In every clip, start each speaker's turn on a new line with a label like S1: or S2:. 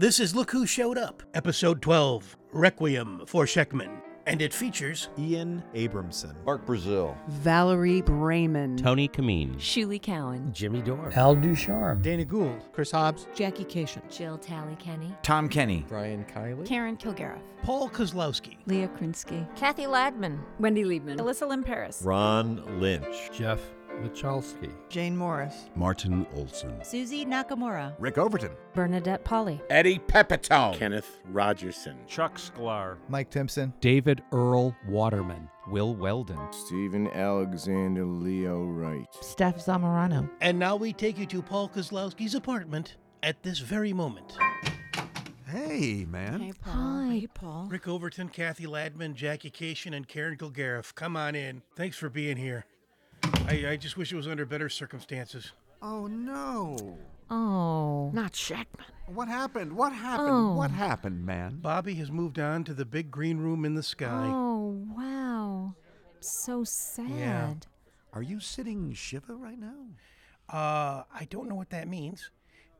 S1: This is Look Who Showed Up, Episode 12 Requiem for Sheckman, and it features
S2: Ian Abramson.
S3: Mark Brazil.
S4: Valerie Brayman.
S5: Tony Kameen.
S6: Shuli Cowan.
S7: Jimmy Dore.
S8: Al Ducharme.
S9: Dana Gould. Chris Hobbs.
S4: Jackie Cation.
S6: Jill Tally Kenny.
S10: Tom Kenny.
S7: Brian Kiley.
S6: Karen Kilgariff.
S1: Paul Kozlowski,
S11: Leah Krinsky.
S6: Kathy Ladman.
S12: Wendy Liebman.
S13: Alyssa Lynn Paris.
S2: Ron Lynch.
S7: Jeff Michalski.
S14: Jane Morris.
S15: Martin Olson.
S16: Susie Nakamura.
S10: Rick Overton.
S6: Bernadette Polly.
S17: Eddie Pepitone.
S18: Kenneth Rogerson.
S19: Chuck Sklar.
S2: Mike Timpson.
S5: David Earl Waterman. Will Weldon.
S20: Stephen Alexander Leo Wright.
S7: Steph Zamorano.
S1: And now we take you to Paul Kozlowski's apartment at this very moment.
S3: Hey, man.
S4: Hey, Paul.
S6: Hi, Paul.
S1: Rick Overton, Kathy Ladman, Jackie Cation, and Karen Kilgariff. Come on in. Thanks for being here. I, I just wish it was under better circumstances.
S3: Oh, no.
S6: Oh.
S4: Not Shackman.
S3: What happened? What happened?
S6: Oh.
S3: What happened, man?
S1: Bobby has moved on to the big green room in the sky.
S6: Oh, wow. So sad.
S1: Yeah.
S3: Are you sitting Shiva right now?
S1: Uh, I don't know what that means,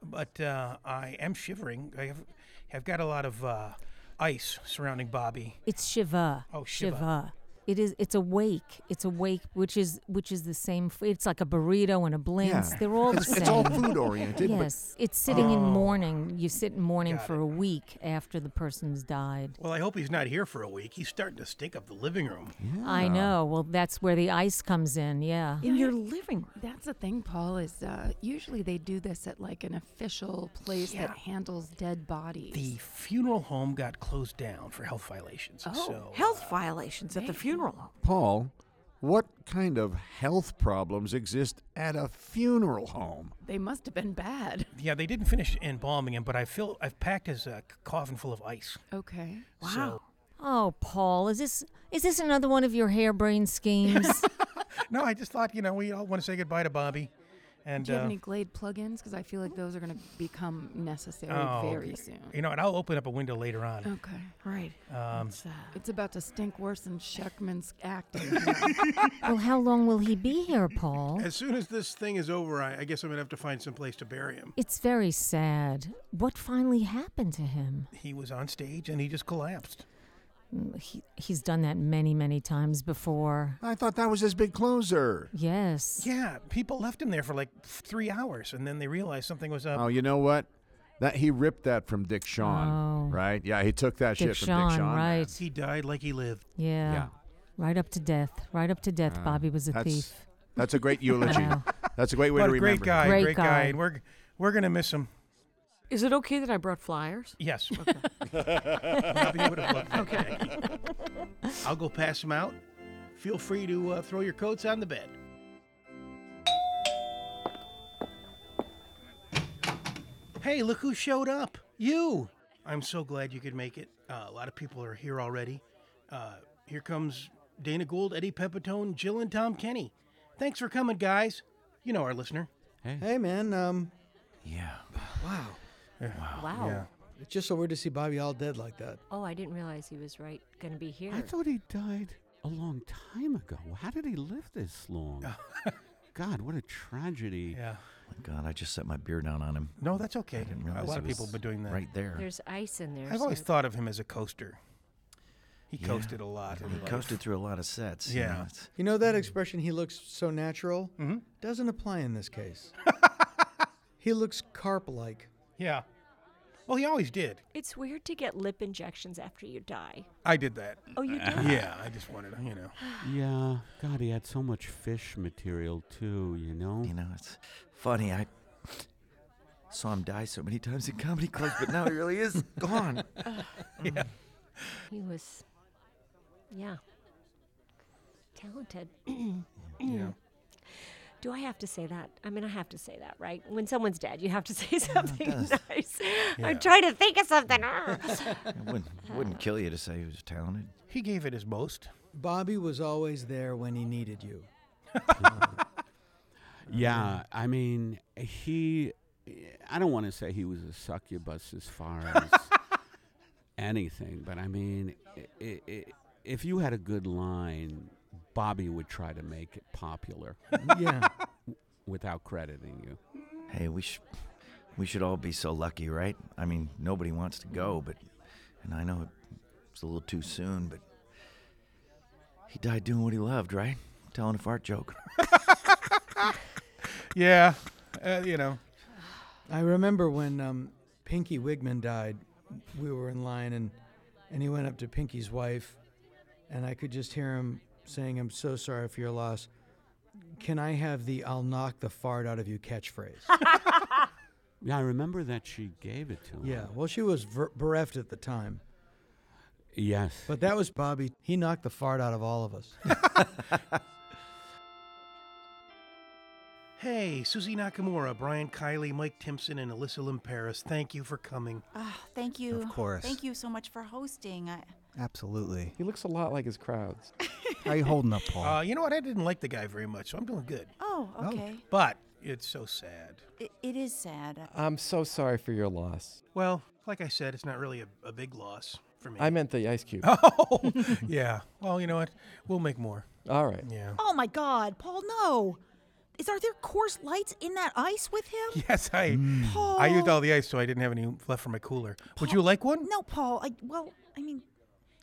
S1: but uh, I am shivering. I have, have got a lot of uh, ice surrounding Bobby.
S6: It's Shiva.
S1: Oh, Shiva.
S6: It is. It's awake. It's awake, which is which is the same. f- It's like a burrito and a blintz.
S3: Yeah.
S6: They're all the
S3: It's,
S6: same.
S3: it's all food oriented.
S6: Yes, it's sitting in
S1: Oh.
S6: mourning. You sit in mourning
S1: Got
S6: for
S1: it.
S6: a week after the person's died.
S1: Well, I hope he's not here for a week. He's starting to stink up the living room.
S6: I know. Well, that's where the ice comes in. Yeah.
S12: In your living room.
S4: That's the thing, Paul, is uh, usually they do this at like an official place that handles dead bodies.
S1: The funeral home got closed down for health violations.
S4: Oh,
S1: so, uh,
S14: Health violations at the funeral home.
S3: Paul, what kind of health problems exist at a funeral home?
S4: They must have been bad.
S1: Yeah, they didn't finish embalming him, but I feel I've packed his uh, c- coffin full of ice.
S4: Okay.
S1: So,
S14: Wow.
S6: Oh, Paul, is this is this another one of your harebrained schemes?
S1: no, I just thought you know we all want to say goodbye to Bobby, and
S4: do you have
S1: uh,
S4: any Glade plugins? Because I feel like those are going to become necessary
S1: oh,
S4: very soon.
S1: You know, and I'll open up a window later on.
S4: Okay.
S14: Right.
S1: Um,
S14: It's, uh,
S4: It's about to stink worse than Sheckman's acting.
S6: well, how long will he be here, Paul?
S1: as soon as this thing is over, I, I guess I'm gonna have to find some place to bury him.
S6: It's very sad. What finally happened to him?
S1: He was on stage and he just collapsed.
S6: Mm, He, he's done that many, many times before.
S3: I thought that was his big closer.
S6: Yes.
S1: Yeah, people left him there for like f- three hours, and then they realized something was up.
S3: oh, you know what? That he ripped that from Dick Shawn,
S6: Oh.
S3: right? Yeah, he took that
S6: Dick
S3: shit from
S6: Shawn,
S3: Dick Shawn. man.
S6: right.
S1: He died like he lived.
S6: Yeah.
S3: Yeah.
S6: Right up to death. Right up to death,
S3: Uh,
S6: Bobby was a
S3: that's-
S6: thief.
S3: That's a great eulogy.
S6: Wow.
S3: That's a great way
S1: What
S3: to
S1: a
S3: remember.
S1: great guy,
S3: him.
S6: Great
S1: great, guy,
S6: guy.
S1: and we're we're gonna miss him.
S14: Is it okay that I brought flyers?
S1: Yes. Bobby would have loved that. I'll go pass them out. Feel free to uh, throw your coats on the bed. Hey, look who showed up! You. I'm so glad you could make it. Uh, a lot of people are here already. Uh, here comes Dana Gould, Eddie Pepitone, Jill, and Tom Kenny. Thanks for coming, guys. You know our listener.
S9: Hey, man. Um,
S10: Yeah.
S9: wow.
S6: Wow.
S9: It's just so weird to see Bobby all dead like that.
S6: Oh, I didn't realize he was right going to be here.
S15: I thought he died a long time ago. How did he live this long? God, what a tragedy.
S1: Yeah.
S10: My Oh, God, I just set my beer down on him.
S1: No, that's okay.
S10: I didn't
S1: A
S10: realize
S1: lot
S10: it
S1: of people
S10: was
S1: have been doing that.
S10: Right there.
S11: There's ice in there.
S1: I've always
S11: so-
S1: thought of him as a coaster. He
S10: Yeah.
S1: coasted a lot. in
S10: He
S1: life.
S10: coasted through a lot of sets.
S1: Yeah.
S10: You know, it's-
S9: You know
S1: Mm-hmm.
S9: that expression, he looks so natural,
S1: Mhm.
S9: doesn't apply in this case. he looks carp like.
S1: Yeah. Well, he always did.
S11: It's weird to get lip injections after you die.
S1: I did that.
S11: Oh, you did?
S1: Yeah, I just wanted to, you know.
S15: Yeah. God, he had so much fish material, too, you know?
S10: you know, it's funny. I saw him die so many times in comedy clubs, but now he really is gone.
S11: He was, yeah, talented.
S1: Yeah.
S11: Do I have to say that? I mean, I have to say that, right? When someone's dead, you have to say something
S10: does.
S11: nice.
S1: Yeah.
S11: I'm trying to think of something. Ah.
S10: It wouldn't, wouldn't kill you to say he was talented.
S1: He gave it his most.
S9: Bobby was always there when he needed you.
S15: Yeah. I mean, he, I don't want to say he was a succubus as far as anything, but I mean, i i if you had a good line, Bobby would try to make it popular
S9: yeah.
S15: without crediting you.
S10: Hey, we sh- We should all be so lucky, right? I mean, nobody wants to go, but, and I know it's a little too soon, but he died doing what he loved, right? Telling a fart joke.
S1: Yeah, uh, you know.
S9: I remember when um, Pinky Wigman died, we were in line and, and he went up to Pinky's wife, and I could just hear him saying, I'm so sorry for your loss. Can I have the I'll knock the fart out of you catchphrase?
S15: Yeah, I remember that she gave it to him.
S9: yeah, well, she was ver- bereft at the time.
S15: Yes.
S9: But that was Bobby. He knocked the fart out of all of us.
S1: Hey, Susie Nakamura, Brian Kiley, Mike Timpson, and Alyssa Lim Paris, thank you for coming.
S21: Ah, thank you.
S5: Of course.
S21: Thank you so much for hosting. I,
S5: Absolutely.
S1: He looks a lot like his crowds.
S5: How you holding up, Paul?
S1: Uh, you know what? I didn't like the guy very much, so I'm doing good.
S21: oh, okay.
S1: But it's so sad.
S21: It, it is sad.
S5: I'm so sorry for your loss.
S1: Well, like I said, it's not really a, a big loss for me.
S5: I meant the ice cube.
S1: Oh, yeah. Well, you know what? We'll make more.
S5: All right.
S1: Yeah.
S21: Oh my God, Paul! No, is are there coarse lights in that ice with him?
S1: Yes, I
S5: Mm.
S1: I used all the ice, so I didn't have any left for my cooler. Would you like one?
S21: No, Paul. I well, I mean,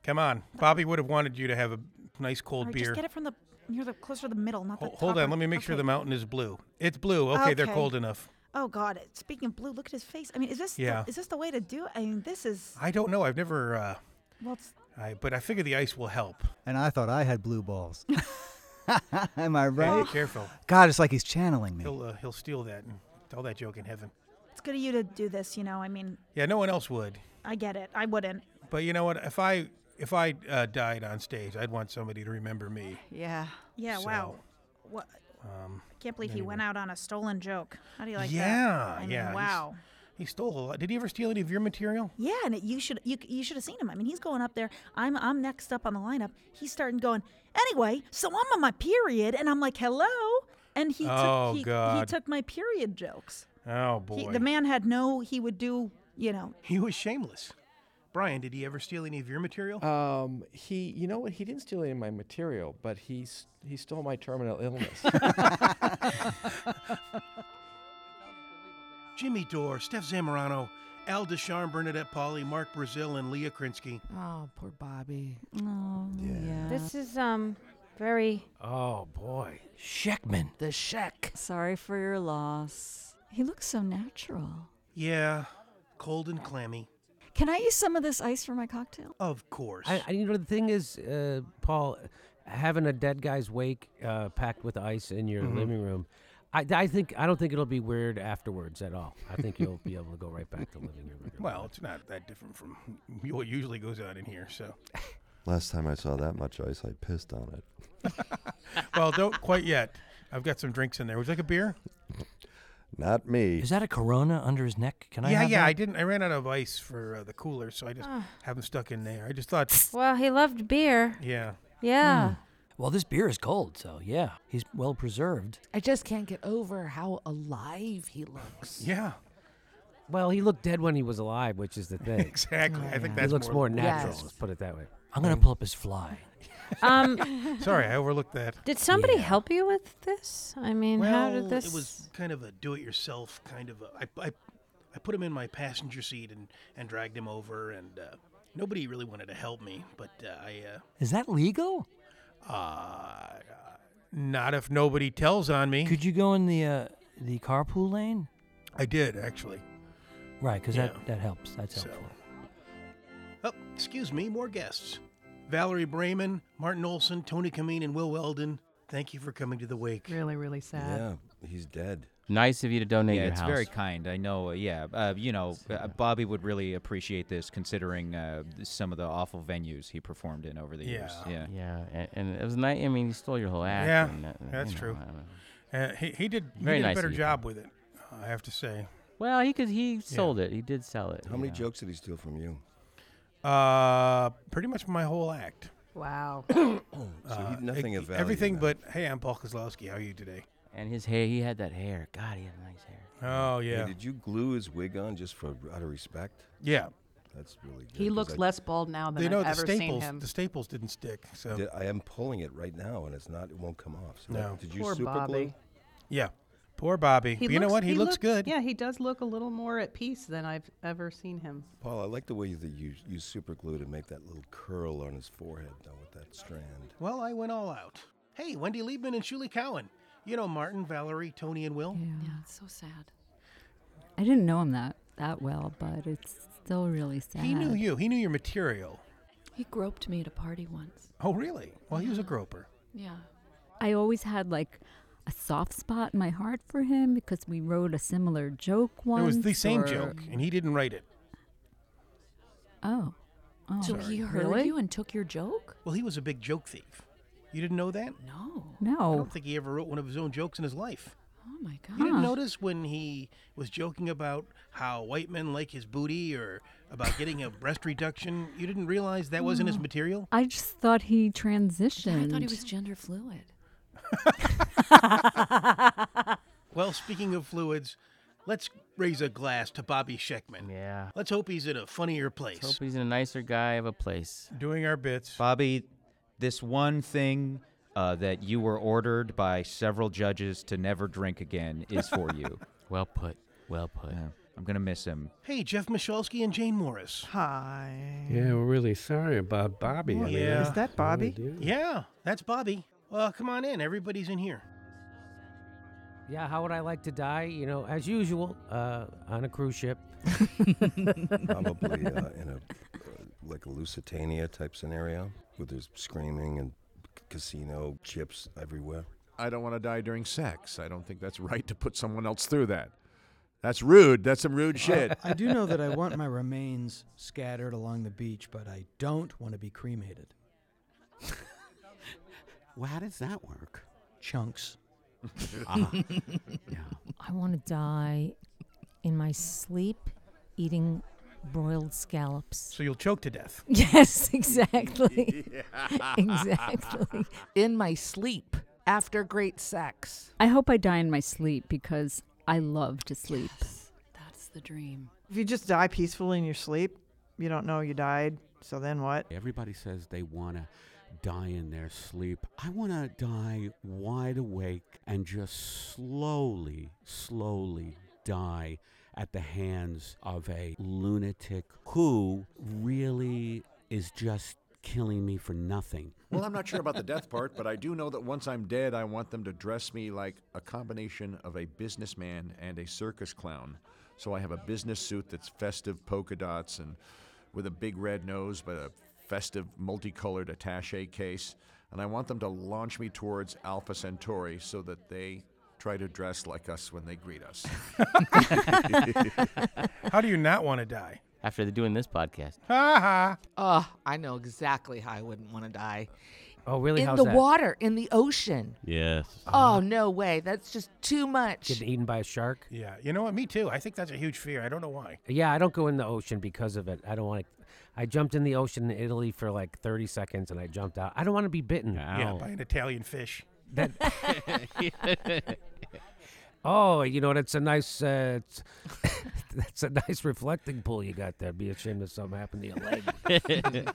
S1: Come on. Bobby would have wanted you to have a nice cold
S21: or
S1: beer.
S21: just get it from the near the closer to the middle, not the.
S1: Ho- Hold
S21: top
S1: on,
S21: or-
S1: let me make sure
S21: okay.
S1: the mountain is blue. It's blue. Okay, they're cold enough.
S21: Oh God! Speaking of blue, look at his face. I mean, is this
S1: Yeah.
S21: the, is this the way to do? it? I mean, this is
S1: I don't know. I've never uh
S21: well. It's,
S1: I but I figure the ice will help.
S5: And I thought I had blue balls. Am I
S1: Hey,
S5: right?
S1: be careful.
S5: God, it's like he's channeling me.
S1: He'll uh, he'll steal that and tell that joke in heaven.
S21: it's good of you to do this. You know, I mean,
S1: Yeah, no one else would.
S21: I get it. I wouldn't.
S1: But you know what? If I if I uh, died on stage, I'd want somebody to remember me.
S21: Yeah. Yeah. wow. What?
S1: Um,
S21: I can't believe he went out on a stolen joke. How do you like
S1: yeah,
S21: that? I mean,
S1: yeah. he's-
S21: Wow.
S1: He stole a lot. Did he ever steal any of your material?
S21: Yeah, and it, you should you, you should have seen him. I mean, he's going up there. I'm I'm next up on the lineup. He's starting going. Anyway, so I'm on my period, and I'm like, hello. And he
S1: Oh,
S21: took he, he
S1: God.
S21: took my period jokes.
S1: Oh
S21: He,
S1: boy.
S21: the man had no. He would do. You know.
S1: He was shameless. Brian, did he ever steal any of your material?
S5: Um, he, you know what? He didn't steal any of my material, but he s- he stole my terminal illness.
S1: Jimmy Dore, Steph Zamorano, Al Desharm, Bernadette Polly, Mark Brazil, and Leah Krinsky.
S22: Oh, poor Bobby.
S21: Oh,
S22: yeah.
S16: This is um very
S23: Oh boy, Sheckman. The Sheck.
S24: Sorry for your loss. He looks so natural.
S1: Yeah, cold and clammy.
S24: Can I use some of this ice for my cocktail?
S1: Of course.
S23: I, I, you know the thing is, uh, Paul, having a dead guy's wake uh, packed with ice in your
S1: Mhm.
S23: living room, I, I think I don't think it'll be weird afterwards at all. I think you'll be able to go right back to living your regular.
S1: Well, it's not that different from what usually goes on in here, so.
S25: Last time I saw that much ice, I pissed on it.
S1: Well, don't quite yet. I've got some drinks in there. Would you like a beer?
S25: Not me.
S23: Is that a Corona under his neck? Can I?
S1: yeah,
S23: have
S1: yeah.
S23: that?
S1: I didn't. I ran out of ice for uh, the cooler, so I just
S16: Ah.
S1: have them stuck in there. I just thought,
S16: well. He loved beer.
S1: yeah.
S26: Hmm.
S16: Yeah.
S23: Well, this beer is cold, so yeah, he's well preserved.
S22: I just can't get over how alive he looks.
S1: Yeah.
S23: Well, he looked dead when he was alive, which is the thing.
S1: Exactly. I think that's
S23: he looks more,
S1: more-
S23: natural.
S1: Yes.
S23: Let's put it that way. I'm gonna pull up his fly.
S16: Um,
S1: Sorry, I overlooked that.
S16: Did somebody help you with this? I mean,
S1: well,
S16: how did this?
S1: It was kind of a do-it-yourself kind of. A, I, I, I put him in my passenger seat and and dragged him over, and uh, nobody really wanted to help me, but uh, I. Uh,
S23: Is that legal?
S1: Uh, not if nobody tells on me.
S23: Could you go in the uh, the carpool lane?
S1: I did actually.
S23: Right, because
S1: Yeah.
S23: that, that helps. That's
S1: So-
S23: helpful.
S1: Oh, excuse me, more guests. Valerie Brayman, Martin Olson, Tony Kameen, and Will Weldon. Thank you for coming to the wake.
S27: Really, really sad.
S25: Yeah, he's dead.
S28: Nice of you to donate
S29: yeah,
S28: your
S29: it's
S28: house.
S29: very kind. I know. Uh, yeah, uh, you know, uh, Bobby would really appreciate this, considering uh, some of the awful venues he performed in over the years. Yeah.
S26: Yeah, and, and it was nice. I mean, he stole your whole act.
S1: Yeah,
S26: and, uh,
S1: that's
S26: you know,
S1: true.
S26: I don't-
S1: Uh, he, he did, he
S26: Very
S1: did
S26: nice
S1: a
S26: of
S1: better
S26: you,
S1: job with it, uh, I have to say.
S26: Well, he could. He sold it. He did sell it.
S25: How
S26: you
S25: many
S26: know.
S25: jokes did he steal from you?
S1: Uh, pretty much my whole act.
S27: Wow.
S25: So he- nothing of value
S1: Uh, e Everything
S25: then.
S1: but, hey, I'm Paul Kozlowski. How are you today?
S26: And his hair. He had that hair. God, he had nice hair.
S1: Oh,
S25: Hey,
S1: yeah.
S25: did you glue his wig on just for out of respect?
S1: Yeah.
S25: That's really good.
S27: He
S25: 'cause
S27: looks less bald now than
S1: you know,
S27: I've
S1: the
S27: ever
S1: staples,
S27: seen him.
S1: The staples didn't stick, so.
S25: Did- I am pulling it right now, and it's not. It won't come off. So that-
S1: No.
S25: did you
S27: Poor
S25: super glue?
S27: Bobby.
S1: Yeah. Poor Bobby. but you know what? He, looks, good.
S30: Yeah, he does look a little more at peace than I've ever seen him.
S25: Paul, I like the way that you use super glue to make that little curl on his forehead, though, with that strand.
S1: Well, I went all out. Hey, Wendy Liebman and Shuli Cowan. You know Martin, Valerie, Tony, and Will.
S31: Yeah, it's so sad. I didn't know him that that well, but it's still really sad.
S1: He knew you. He knew your material.
S31: He groped me at a party once.
S1: Oh, really? Well, he was a groper.
S31: Yeah. I always had like a soft spot in my heart for him because we wrote a similar joke once.
S1: It was the same
S31: or-
S1: joke, and he didn't write it.
S31: Oh. Oh.
S1: So he heard
S31: you and took your joke?
S1: Well, he was a big joke thief. You didn't know that?
S31: No.
S1: I
S31: No.
S1: don't think he ever wrote one of his own jokes in his life.
S31: Oh my god.
S1: You didn't notice when he was joking about how white men like his booty or about getting a breast reduction? You didn't realize that wasn't his
S31: No.
S1: material?
S31: I just thought he transitioned.
S1: I thought he was
S31: gender fluid.
S1: Well, speaking of fluids, let's raise a glass to Bobby Sheckman.
S26: Yeah.
S1: Let's hope he's in a funnier place.
S26: Hope he's in a nicer guy of a place.
S1: Doing our bits.
S29: Bobby, this one thing uh, that you were ordered by several judges to never drink again is for you.
S26: well put. Well put.
S29: I'm gonna miss him.
S1: Hey, Jeff Michalski and Jane Morris.
S30: Hi.
S29: Mm.
S15: Yeah, we're really sorry about Bobby. I mean,
S1: Yeah.
S15: that's
S1: Is that
S15: all we
S1: Bobby?
S15: do.
S1: Yeah, that's Bobby. Well, come on in. Everybody's in here.
S23: Yeah, how would I like to die? You know, as usual, uh, on a cruise ship.
S25: Probably uh, in a uh, like a Lusitania type scenario where there's screaming and c- casino chips everywhere.
S3: I don't want to die during sex. I don't think that's right to put someone else through that. That's rude. That's some rude shit.
S9: I do know that I want my remains scattered along the beach, but I don't want to be cremated.
S15: Well, how does that work?
S9: Chunks.
S15: Ah,
S1: Uh-huh.
S6: I want to die in my sleep eating broiled scallops.
S1: So you'll choke to death.
S6: Yes, exactly.
S22: exactly. In my sleep after great sex.
S31: I hope I die in my sleep because I love to sleep.
S22: That's the dream.
S32: If you just die peacefully in your sleep, you don't know you died. So then what?
S15: Everybody says they want to die in their sleep. I want to die wide awake and just slowly, slowly die at the hands of a lunatic who really is just killing me for nothing.
S3: Well, I'm not sure about the death part, but I do know that once I'm dead, I want them to dress me like a combination of a businessman and a circus clown. So I have a business suit that's festive polka dots and with a big red nose, but a festive multicolored attache case. And I want them to launch me towards Alpha Centauri so that they try to dress like us when they greet us.
S1: How do you not want to die?
S26: After the- doing this podcast.
S1: Ha
S22: Oh, I know exactly how I wouldn't want to die.
S26: Oh, really?
S22: in
S26: How's
S22: the
S26: that? Uh-huh.
S22: water, in the ocean.
S26: Yes.
S22: Oh, no way. That's just too much.
S23: Getting eaten by a shark.
S1: Yeah, you know what? Me too. I think that's a huge fear. I don't know why.
S23: Yeah, I don't go in the ocean because of it. I don't want to. I jumped in the ocean in Italy for like 30 seconds and I jumped out. I don't want to be bitten.
S1: Yeah, by an Italian fish.
S23: That- oh, you know that's a nice. Uh, it's, that's a nice reflecting pool you got there. Be ashamed if something happened to your leg.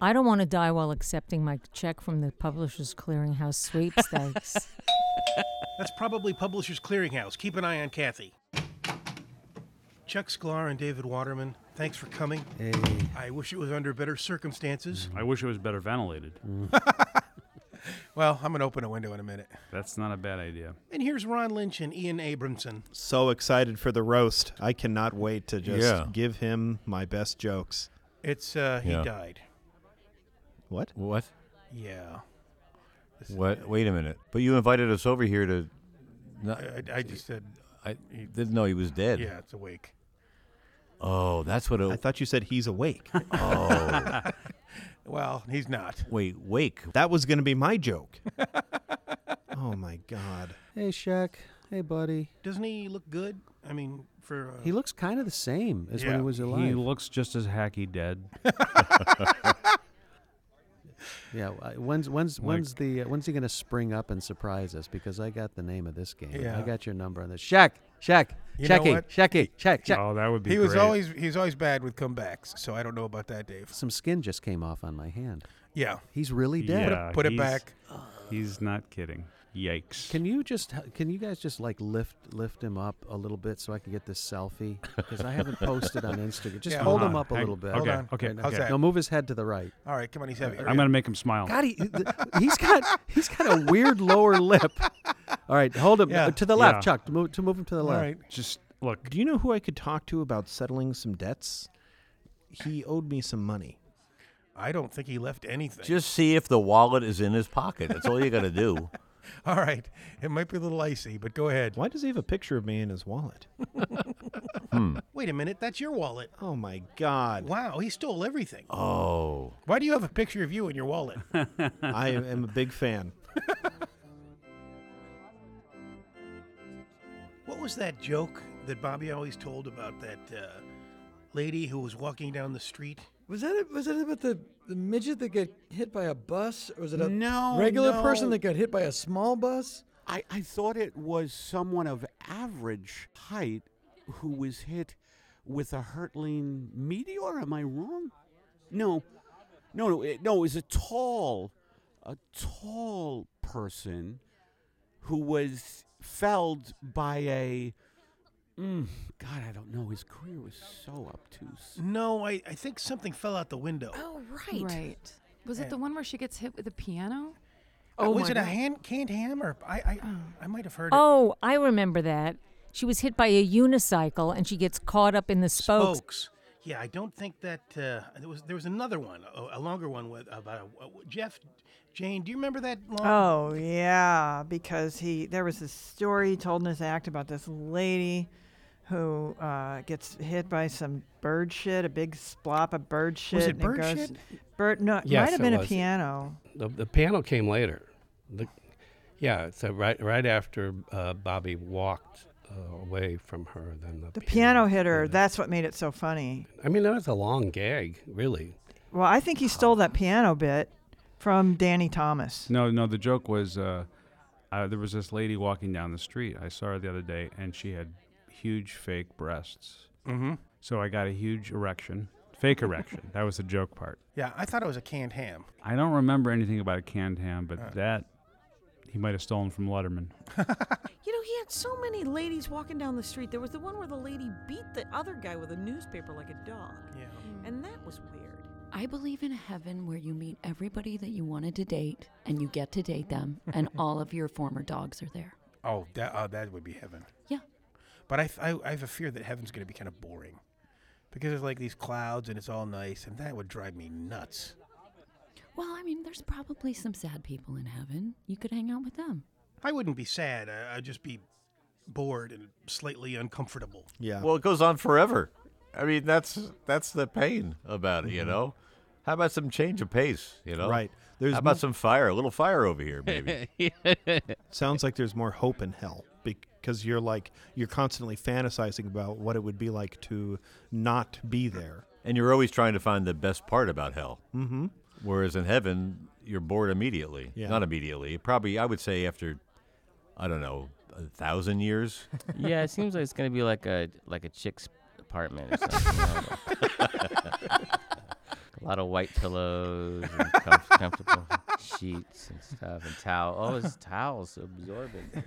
S6: I don't want to die while accepting my check from the Publishers Clearinghouse sweepstakes.
S1: That's probably Publishers Clearinghouse. Keep an eye on Kathy. Chuck Sklar and David Waterman, thanks for coming.
S23: Hey.
S1: I wish it was under better circumstances.
S33: I wish it was better ventilated.
S1: Well, I'm going to open a window in a minute.
S33: That's not a bad idea.
S2: Mm-hmm.
S1: And here's Ron Lynch and Ian Abramson.
S34: So excited for the roast. I cannot wait to just
S1: Yeah.
S34: give him my best jokes.
S1: It's, uh, he
S34: Yeah.
S1: died.
S34: What?
S2: What?
S1: Yeah.
S2: What? Wait a minute. But you invited us over here to. No,
S1: I, I just said.
S2: I didn't know he was dead.
S1: Yeah, it's awake.
S2: Oh, that's what it. I
S34: thought you said he's awake.
S2: oh.
S1: Well, he's not.
S2: Wait, wake.
S34: That was going to be my joke. oh my god.
S23: hey, Shaq. Hey, buddy.
S1: Doesn't he look good? I mean, for. Uh,
S23: He looks kind of the same as when
S1: Yeah.
S23: he was
S1: He
S23: alive.
S33: He looks just as hacky dead.
S30: Yeah, w- I- when's when's
S23: Like-
S30: when's the uh, when's he gonna spring up and surprise us? Because I got the name of this game.
S1: Yeah.
S30: I got your number on this. Shaq, Shaq,
S1: You know
S30: Shacky,
S1: what?
S30: Shacky, Shaq, Shaq.
S33: Oh, that would
S1: he was always he's always bad with comebacks, so I don't know about that, Dave.
S30: Some skin just came off on my hand.
S1: Yeah.
S30: he's really dead.
S33: Yeah, uh, he's- He's not kidding. Yikes.
S30: Can you just h- can you guys just like lift lift him up a little bit so I can get this selfie because I haven't posted on Instagram. Just
S33: Yeah,
S30: hold
S33: hold
S30: him
S33: on.
S30: up a
S33: Hang-
S30: little bit.
S33: okay, Hold on. okay,
S30: Right now.
S33: how's that?
S30: No, move his head to the right.
S1: All right, come on, he's heavy.
S33: I'm gonna make him smile.
S30: God, he, th- he's got he's got a weird lower lip. All right, hold him
S1: Yeah.
S30: to the left,
S33: Yeah.
S30: Chuck. To move, to move him to the left.
S33: Just look.
S30: Do you know who I could talk to about
S2: settling some debts. He owed me some money.
S1: I don't think he left anything.
S2: Just see if the wallet is in his pocket. That's all you got to do.
S1: All right, it might be a little icy, but go ahead.
S2: Why does he have a picture of me in his wallet?
S1: Wait a minute, that's your wallet.
S2: Oh my God.
S1: Wow, he stole everything.
S2: Oh,
S1: Why do you have a picture of you in your wallet?
S2: I am a big fan.
S1: What was that joke that Bobby always told about that uh, lady who was walking down the street?
S9: Was that it- was that about the, the midget that got hit by a bus? Or was it a
S5: No,
S9: regular person
S5: no.
S9: that got hit by a small bus?
S5: I, I thought it was someone of average height who was hit with a hurtling meteor. Am I wrong? No, no, no, it, no. It was a tall, a tall person who was felled by a. Mm, God, I don't know. His career was so obtuse.
S1: No, I, I think something fell out the window.
S14: Oh, right. Right. Was it the one where she gets hit with a piano?
S1: Uh, was
S14: my
S1: it a
S14: God.
S1: hand canned ham or I I,
S4: Oh.
S1: I might have heard it.
S6: Oh Oh, I remember that. She was hit by a unicycle and she gets caught up in the spokes.
S1: Spokes. Yeah, I don't think that uh, there was there was another one, a, a longer one with about a, Jeff Jane. Do you remember that? Long?
S32: Oh yeah, because he there was this story he told in his act about this lady who uh, gets hit by some bird shit, a big splop of bird shit. it and bird goes, shit? Bird, no, it
S35: Yes,
S32: might have
S35: it
S32: been a
S35: was.
S32: piano.
S35: The, the piano came later. The, yeah, so right right after uh, Bobby walked uh, away from her, then the.
S32: The piano hit her. That's what made it so funny.
S35: I mean, that was a long gag, really.
S32: Well, I think he stole that piano bit from Danny Thomas.
S33: No, no. The joke was uh, uh, there was this lady walking down the street. I saw her the other day, and she had huge fake breasts.
S1: Mhm.
S33: So I got a huge erection, fake erection. That was the joke part.
S1: Yeah, I thought it was a canned ham.
S33: I don't remember anything about a canned ham, but that he might have stolen from Letterman.
S14: You know, he had so many ladies walking down the street. There was the one where the lady beat the other guy with a newspaper like a dog.
S1: Yeah.
S21: Mm.
S14: And that was weird.
S24: I believe in a heaven where you meet everybody that you wanted to date and you get to date them, and all of your former dogs are there.
S1: Oh, that uh, that would be heaven.
S24: Yeah.
S1: But I, I I have a fear that heaven's going to be kind of boring, because there's like these clouds and it's all nice, and that would drive me nuts.
S24: Well, I mean, there's probably some sad people in heaven. You could hang out with them.
S1: I wouldn't be sad. I, I'd just be bored and slightly uncomfortable.
S2: Yeah.
S1: Well,
S2: Well, it goes on forever. I mean, that's that's the pain about it, you know. How about some change of pace, you know?
S34: Right. There's
S2: There's How about
S34: mo-
S2: some fire, a little fire over here, maybe?
S34: Sounds like there's more hope in hell because you're like you're constantly fantasizing about what it would be like to not be there.
S2: and you're always trying to find the best part about hell.
S34: Mhm.
S2: Whereas in heaven, you're bored immediately.
S34: Yeah.
S2: Not immediately. Probably, I would say after, I don't know, a thousand years.
S26: yeah, it seems like it's gonna be like a like a chick's apartment or something. you know, like- a lot of white pillows and comf- comfortable sheets and stuff and towel. Oh, his towel's absorbent.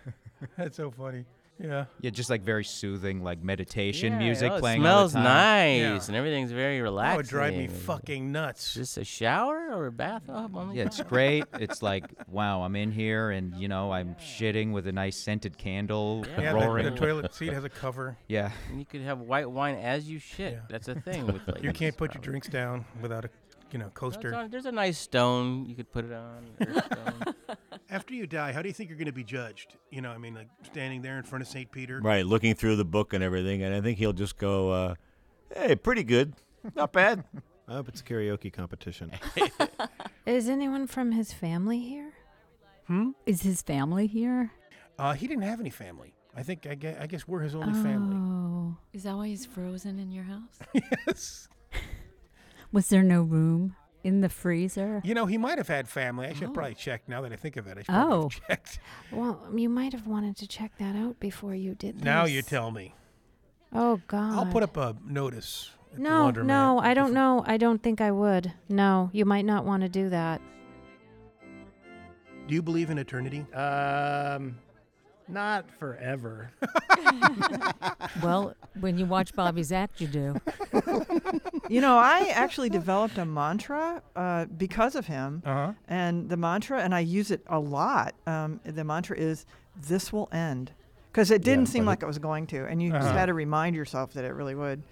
S1: That's so funny. Yeah.
S29: Yeah, just like very soothing, like meditation
S1: Yeah,
S29: music
S1: oh, it
S29: playing.
S1: smells
S29: all the time.
S1: nice,
S29: and everything's very relaxing.
S1: That would drive me fucking nuts.
S26: Just a shower or a bathtub? Oh my
S29: Yeah, it's
S26: God.
S29: great. It's like, wow, I'm in here, and you know, I'm shitting with a nice scented candle,
S1: Yeah, the-
S29: roaring.
S1: the toilet seat has a cover.
S29: Yeah.
S26: And you could have white wine as you shit. That's a thing with ladies.
S1: you can't put your drinks down without a you know coaster.
S26: on- there's a nice stone you could put it on. earth stone.
S1: After you die, how do you think you're going to be judged? You know, I mean, like standing there in front of St. Peter.
S2: Right, looking through the book and everything, and I think he'll just go, uh, "Hey, pretty good, not bad."
S34: I hope it's a karaoke competition.
S24: Is anyone from his family here? Hmm? Is his family here?
S1: Uh, he didn't have any family. I think I guess, I guess we're his only family.
S24: Oh. Is that why he's frozen in your house?
S1: yes.
S24: Was there no room in the
S16: Oh.
S24: freezer?
S1: You know, he might have had family. I should probably check now that I think of it. I should probably
S24: Oh.
S1: check.
S16: Well, you might have wanted to check that out before you did this.
S1: Now you tell me.
S16: Oh God.
S1: I'll put up a notice. At the
S16: No,
S1: laundromat.
S16: no, I don't know. I don't think I would. No, you might not want to do that.
S1: Do you believe in eternity?
S10: Um, not forever.
S6: Well, when you watch Bobby's act, you do.
S1: Oh.
S32: you know, I actually developed a mantra uh, because of him,
S35: Uh-huh.
S32: and the mantra, and I use it a lot. Um, the mantra is "This will end," because it didn't
S35: Yeah,
S32: seem
S35: but
S32: like
S35: it-
S32: it was going to, and you just
S35: Uh-huh.
S32: had to remind yourself that it really would.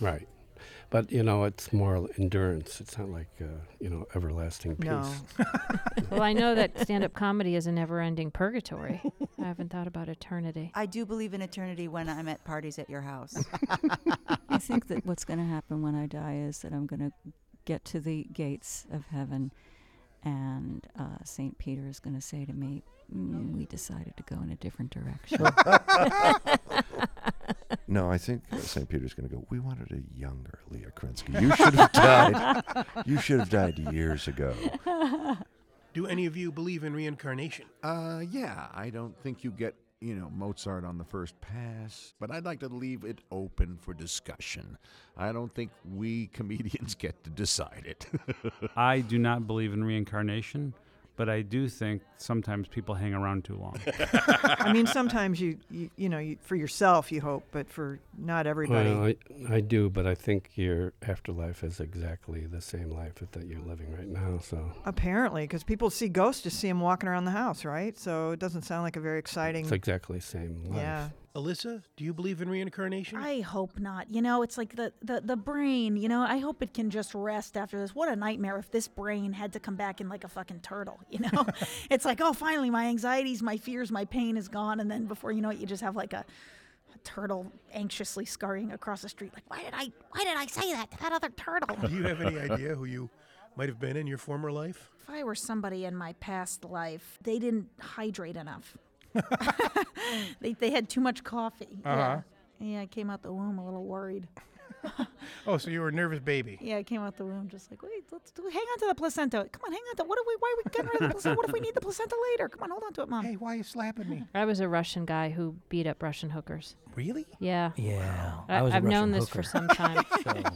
S35: Right. But, you know, it's more endurance. It's not like, uh, you know, everlasting peace.
S32: No.
S16: well, I know that stand up comedy is a never ending purgatory. I haven't thought about eternity.
S31: I do believe in eternity when I'm at parties at your house.
S24: I think that what's going to happen when I die is that I'm going to get to the gates of heaven, and uh, St. Peter is going to say to me, "Mm, We decided to go in a different direction.
S23: No, I think uh, St. Peter's going to go. We wanted a younger Leah Krinsky. You should have died. you should have died years ago.
S1: Do any of you believe in reincarnation?
S3: Uh, yeah, I don't think you get, you know, Mozart on the first pass, but I'd like to leave it open for discussion. I don't think we comedians get to decide it.
S33: I do not believe in reincarnation, but I do think sometimes people hang around too long.
S32: I mean, sometimes you, you, you know, you, for yourself you hope, but for not everybody.
S35: Well, I, I do, but I think your afterlife is exactly the same life that you're living right now. So
S32: Apparently, because people see ghosts, just see them walking around the house, right? So it doesn't sound like a very exciting.
S35: it's exactly the same life.
S32: Mm. yeah.
S1: Alyssa, do you believe in reincarnation?
S21: I hope not. You know, it's like the, the, the brain, you know, I hope it can just rest after this. What a nightmare if this brain had to come back in like a fucking turtle, you know? it's like, oh, finally, my anxieties, my fears, my pain is gone. And then before you know it, you just have like a, a turtle anxiously scurrying across the street. Like, why did I, why did I say that to that other turtle?
S1: do you have any idea who you might have been in your former life?
S21: If I were somebody in my past life, they didn't hydrate enough. they, they had too much coffee.
S1: Uh-huh.
S21: Yeah. yeah, I came out the womb a little worried.
S1: Oh, so you were a nervous baby.
S21: Yeah, I came out the room just like, wait, let's do. Hang on to the placenta. Come on, hang on to. What are we? Why are we getting rid of the placenta? What if we need the placenta later? Come on, hold on to it, mom. Hey,
S1: why are you slapping me?
S16: I was a Russian guy who beat up Russian hookers.
S1: Really?
S16: Yeah.
S1: Yeah,
S16: I,
S1: I was a
S16: have
S1: Russian
S16: known this
S1: hooker.
S16: for some time.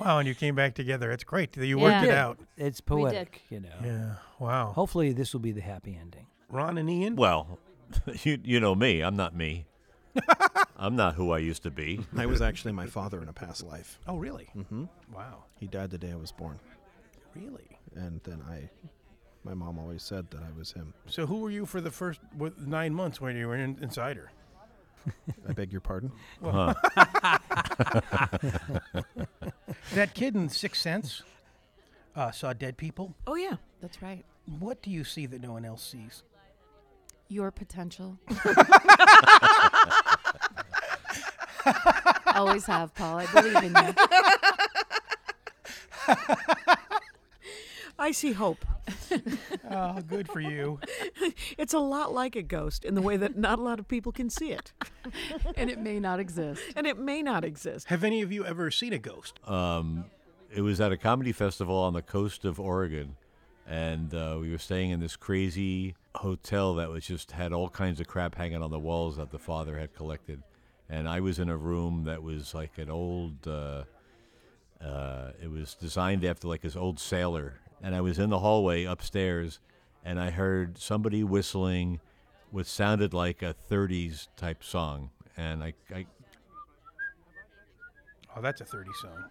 S1: Wow, and you came back together. It's great that you worked it
S23: Yeah.
S1: out.
S23: It's poetic, you know.
S1: Yeah. Wow.
S23: Hopefully, this will be the happy ending.
S1: Ron and Ian?
S2: Well, you you know me. I'm not me. I'm not who I used to be.
S34: I was actually my father in a past life.
S1: Oh, really?
S34: Mm-hmm.
S1: Wow.
S34: He died the day I was born.
S1: Really?
S34: And then I, my mom always said that I was him.
S1: So who were you for the first what, nine months when you were in, inside her?
S34: I beg your pardon.
S1: Well- that kid in Sixth Sense uh, saw dead people.
S14: Oh, yeah, that's right.
S1: What do you see that no one else sees?
S21: Your potential. Always have, Paul. I believe in you.
S14: I see hope.
S1: oh, good for you.
S14: It's a lot like a ghost in the way that not a lot of people can see it.
S21: and it may not exist.
S14: And it may not exist.
S1: Have any of you ever seen a ghost?
S2: um, it was at a comedy festival on the coast of Oregon, and uh, we were staying in this crazy hotel that was just had all kinds of crap hanging on the walls that the father had collected, and I was in a room that was like an old. Uh, uh, it was designed after like his old sailor, and I was in the hallway upstairs, and I heard somebody whistling, what sounded like a '30s type song, and I, I
S1: Oh, that's a 30 song.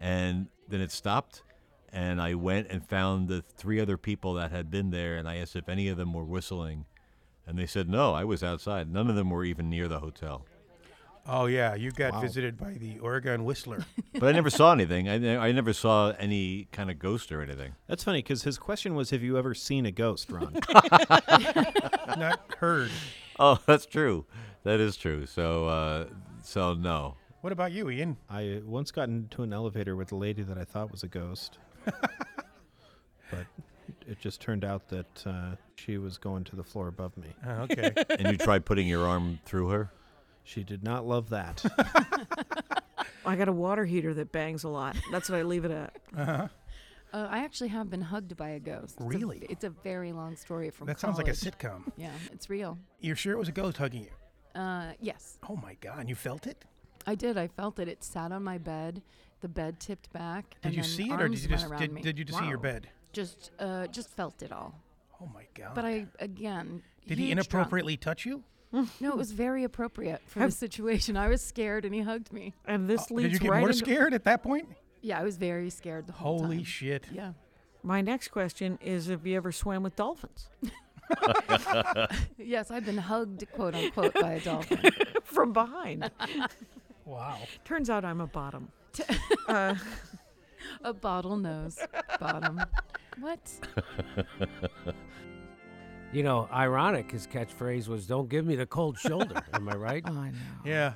S2: and then it stopped and i went and found the three other people that had been there and i asked if any of them were whistling and they said no i was outside none of them were even near the hotel
S1: Oh, yeah. You got
S2: Wow.
S1: visited by the Oregon Whistler.
S2: but i never saw anything I, ne- I never saw any kind of ghost or anything
S34: That's funny because his question was, "Have you ever seen a ghost, Ron?"
S1: Not heard.
S2: oh that's true that is true so uh, so no
S1: What about you, Ian?
S34: I once got into an elevator with a lady that I thought was a ghost, but it just turned out that uh, she was going to the floor above me.
S1: Oh, okay.
S2: and you tried putting your arm through her
S34: she did not love that
S14: I got a water heater that bangs a lot. That's what I leave it at.
S1: Uh-huh.
S21: Uh, I actually have been hugged by a ghost. It's a-
S1: Really?
S21: It's a, very long story from
S1: That sounds like a
S21: college.
S1: sitcom.
S21: Yeah, it's real.
S1: You're sure it was a ghost hugging you?
S21: Uh, yes,
S1: Oh, my God. And you felt it?
S21: I did. I felt it. It sat on my bed. The bed tipped back.
S1: Did
S21: and
S1: you
S21: then
S1: see it, or
S21: arms
S1: did you
S21: went
S1: just
S21: around
S1: did,
S21: me.
S1: did you just see your
S21: Wow.
S1: bed?
S4: Just, uh, just felt it all.
S1: Oh my god!
S4: But I again.
S1: Did he
S4: huge drunk.
S1: inappropriately touch you?
S4: no, it was very appropriate for the
S1: Have-
S4: situation. I was scared, and he hugged me.
S32: And this
S1: Oh, Did you get more scared at that point?
S4: Yeah, I was very scared the whole
S1: Holy
S4: time.
S1: shit!
S4: Yeah.
S14: My next question is Have you ever swam with dolphins?
S4: Yes, I've been hugged, quote unquote, by a dolphin.
S14: From behind.
S1: Wow.
S14: Turns out I'm a bottom.
S4: a bottlenose
S14: Um,
S4: bottom. What?
S18: You know, ironic, his catchphrase was, Don't give me the cold shoulder. Am I right?
S14: I know.
S1: Yeah.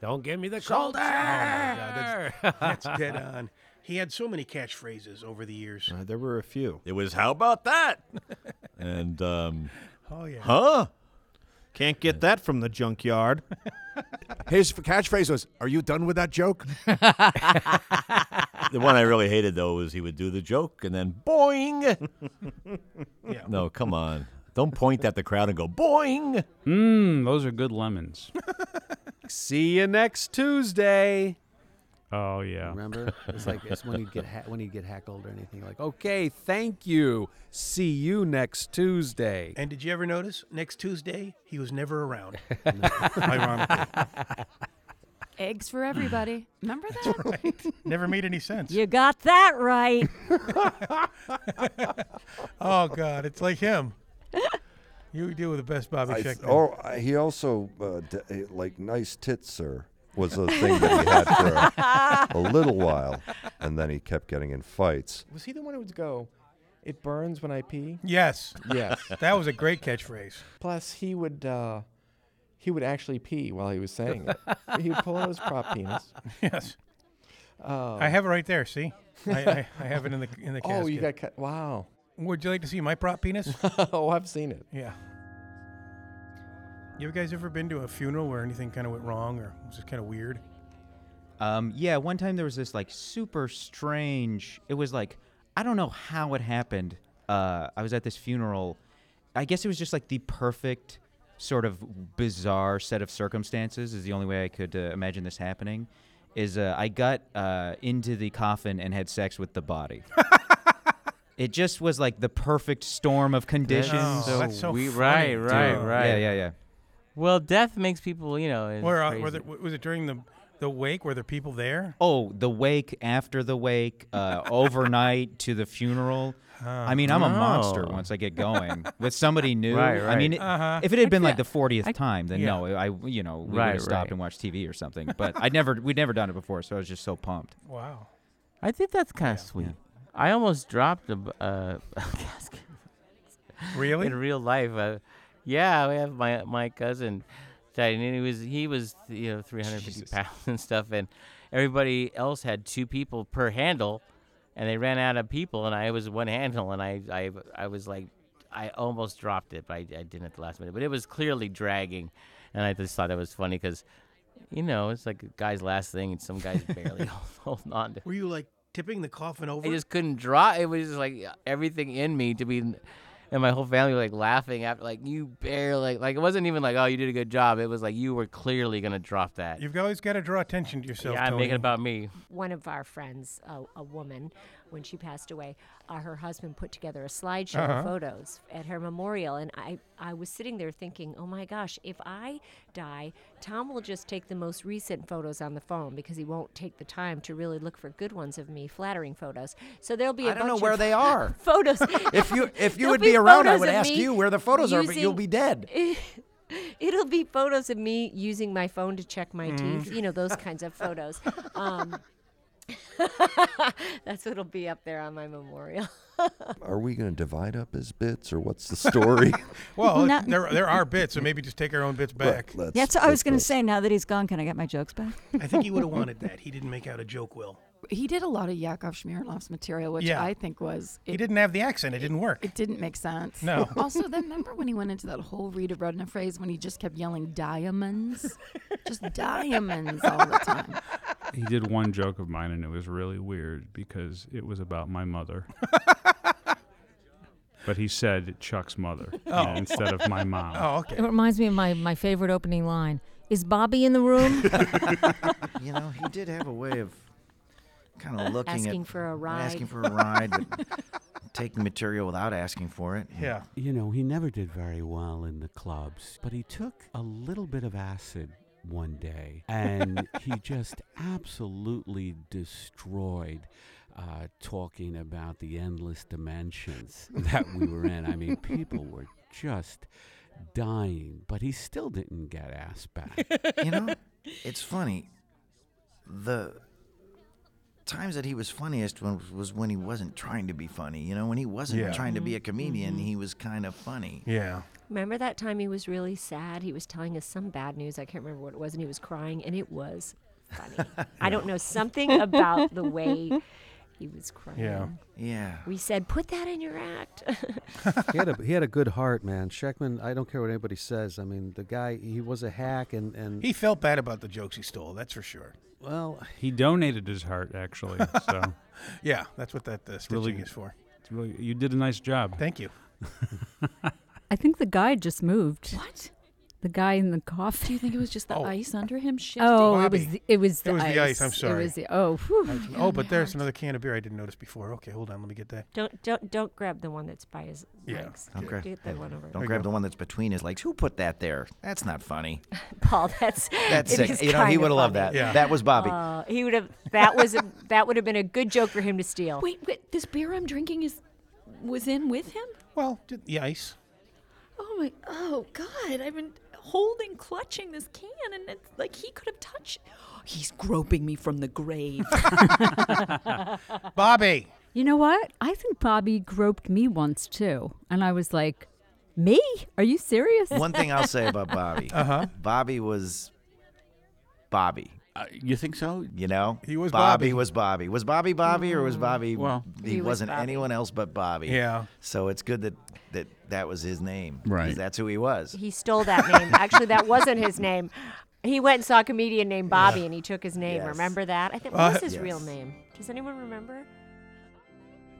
S18: Don't give me the cold shoulder.
S1: Oh, That's dead on. He had so many catchphrases over the years.
S34: Uh, there were a few.
S2: It was how about that? and um,
S1: Oh, yeah.
S34: Huh? Can't get that from the junkyard.
S3: His f- catchphrase was, "Are you done with that joke?"
S2: the one I really hated though was he would do the joke and then boing. No, come on. Don't point at the crowd and go boing.
S33: Mmm, those are good lemons.
S30: See you next Tuesday.
S33: Oh yeah.
S30: Remember, it's like it's when you get ha- when you get heckled or anything. Like, okay, thank you. See you next Tuesday.
S1: And did you ever notice next Tuesday he was never around? Ironically,
S4: Eggs for everybody. Remember that?
S1: never made any sense.
S24: You got that right.
S1: Oh God, it's like him. You deal with the best Bobby
S23: I th-
S1: Scheck.
S23: oh, I- he also uh, d- eh, like nice tits, sir, was a thing that he had for a, a little while, and then he kept getting in fights.
S36: Was he the one who would go, "It burns when I pee"?
S1: Yes.
S36: Yes.
S1: that was a great catchphrase.
S36: Plus, he would uh, he would actually pee while he was saying it. he would pull out his prop penis.
S1: Yes.
S36: Uh,
S1: I have it right there. See, I, I, I have it in the in the
S36: Oh,
S1: casket.
S36: you got cut. Wow.
S1: Would you like to see my prop penis?
S36: oh, I've seen it.
S1: Yeah. You guys ever been to a funeral where anything kind of went wrong or was just kind of weird?
S29: Um, yeah, one time there was this like super strange. It was like I don't know how it happened. Uh, I was at this funeral. I guess it was just like the perfect sort of bizarre set of circumstances. Is the only way I could uh, imagine this happening. Is uh, I got uh, into the coffin and had sex with the body. it just was like the perfect storm of conditions.
S1: Oh, that's so
S29: we-
S1: funny,
S29: right,
S1: dude.
S29: right, right. Yeah, yeah, yeah.
S26: Well, death makes people, you know. It's
S1: Where uh,
S26: crazy.
S1: were there, was it during the the wake? Were there people there?
S29: Oh, the wake after the wake, uh, overnight to the funeral. I mean, I'm a monster
S26: Oh.
S29: once I get going with somebody new.
S26: Right,
S29: I mean,
S26: right.
S29: it-
S26: Uh-huh.
S29: if it had
S26: I
S29: been like the
S26: feel-
S29: 40th
S26: I-
S29: time, then
S26: yeah.
S29: no, I I- you know we would
S26: Right,
S29: have stopped
S26: right.
S29: and watched TV or something. But I never, we'd never done it before, so I was just so pumped.
S1: Wow.
S26: I think that's kind of sweet. I almost dropped a, b- uh, a casket.
S1: Really?
S26: In real life, uh, yeah, we have my my cousin died, and he was he was you know 350 pounds and stuff, and everybody else had two people per handle, and they ran out of people, and I was one handle, and I I I was like. I almost dropped it, but I, I didn't at the last minute. But it was clearly dragging, and I just thought it was funny because, you know, it's like a guy's last thing, and some guys barely holding on to
S1: Were you like tipping the coffin over?
S26: I just couldn't draw. It was just like everything in me to be, and my whole family were like laughing after, like you barely, like it wasn't even like, oh, you did a good job. It was like you were clearly gonna drop that.
S1: You've always got to draw attention to yourself.
S26: yeah, I'm
S1: Tony.
S26: making about me.
S11: one of our friends, a, a woman, when she passed away, uh, her husband put together a slideshow
S25: Uh-huh.
S11: of photos at her memorial. And I, I was sitting there thinking, oh my gosh, if I die, Tom will just take the most recent photos on the phone because he won't take the time to really look for good ones of me, flattering photos. So there'll be I
S30: I don't know where they are.
S11: photos.
S30: If you- if you
S11: There'll
S30: would be around, I
S11: photos
S30: would
S11: of
S30: ask
S11: me
S30: you where the photos are, but you'll
S11: using-
S30: be dead.
S11: It'll be photos of me using my phone to check my
S30: Mm.
S11: teeth, you know, those kinds of photos. Um, that's what'll be up there on my memorial.
S23: Are we going to divide up his bits, or what's the story?
S1: Well,
S24: No.
S1: there there are bits, so maybe just take our own bits back.
S23: let's-
S24: Yeah, so I was going to say, now that he's gone, can I get my jokes back?
S1: I think he would have wanted that. He didn't make out a joke will.
S4: He did a lot of Yakov Smirnov's material, which
S1: Yeah.
S4: I think was
S1: he didn't have the accent. It, didn't work.
S4: It didn't make sense.
S1: No.
S4: also, then remember when he went into that whole Rita Rudna phrase when he just kept yelling diamonds, just diamonds all the time.
S33: He did one joke of mine, and it was really weird because it was about my mother. but he said Chuck's mother you know,
S6: Oh.
S33: instead of my mom.
S1: Oh,
S6: It reminds me of my, my favorite opening line. Is Bobby in the room?
S30: you know, he did have a way of kind of looking at
S11: Asking for a ride.
S30: asking for a ride, but
S10: take the material without asking for it.
S15: You know, he never did very well in the clubs, but he took a little bit of acid one day and he just absolutely destroyed uh, talking about the endless dimensions that we were in. I mean, people were just dying, but he still didn't get asked back.
S10: you know, it's funny. The times that he was funniest when, was when he wasn't trying to be funny. You know, when he wasn't
S1: Yeah.
S10: trying to be a
S11: Mhm.
S10: comedian,
S11: Mhm.
S10: he was kind of funny.
S1: Yeah.
S11: Remember that time he was really sad? He was telling us some bad news. I can't remember what it was, and he was crying, and it was funny. I don't know something about the way he was crying.
S10: Yeah.
S11: We said, put that in your act.
S30: he had a he had a good heart, man. Sheckman, I don't care what anybody says. I mean, the guy he was a hack, and and
S1: He felt bad about the jokes he stole, that's for sure.
S30: Well,
S33: He donated his heart, actually. So
S1: yeah, that's what that uh,
S33: It's really-
S1: stitching is for.
S33: It's really, you did a nice job.
S1: Thank you.
S31: I think the guy just moved. What? The guy in the coffin. Do you think
S5: It was just the ice under him shifting.
S31: Oh,
S1: Oh. Bobby.
S31: it was the, it was the
S1: it was
S31: ice.
S1: the ice. I'm sorry.
S31: It was the oh. whew.
S1: I was- oh, but there's another can of beer I didn't notice before. Okay, hold on, let me get that.
S11: don't don't don't grab the one that's by his
S1: Yeah.
S11: legs.
S10: Don't grab,
S11: Get that one over.
S10: don't grab the one that's between his legs. Who put that there? That's not funny.
S11: Paul. That's
S10: That's
S11: it
S10: sick.
S11: is
S10: You know, he
S11: kinda
S10: would have loved
S11: funny.
S10: that. That was Bobby.
S11: Uh, he would have. That was a, that would have been a good joke for him to steal.
S5: Wait, wait, this beer I'm drinking is was in with him?
S1: Well, the ice.
S5: Oh my! Oh God! I've been holding, clutching this can, and it's like he could have touched. Oh, He's groping me from the grave.
S1: Bobby.
S31: You know what? I think Bobby groped me once too, and I was like, "Me? Are you serious?"
S10: One thing I'll say about Bobby. Uh-huh. Bobby was Bobby.
S15: Uh, you think so?
S10: You know, he
S1: was Bobby.
S10: was Bobby. Was Bobby Bobby or was
S11: Mm.
S10: Bobby?
S15: Well,
S10: he,
S15: He was
S10: wasn't
S15: Bobby.
S10: anyone else but Bobby.
S1: Yeah.
S10: So it's good that that that was his name. 'cause
S15: Right.
S10: That's who he was.
S11: He stole that name. Actually, that wasn't his name. He went and saw a comedian named Bobby, and he took his name.
S10: Yes.
S11: Remember that? I think
S10: Uh,
S11: what was his real
S10: yes.
S11: name? Does anyone remember?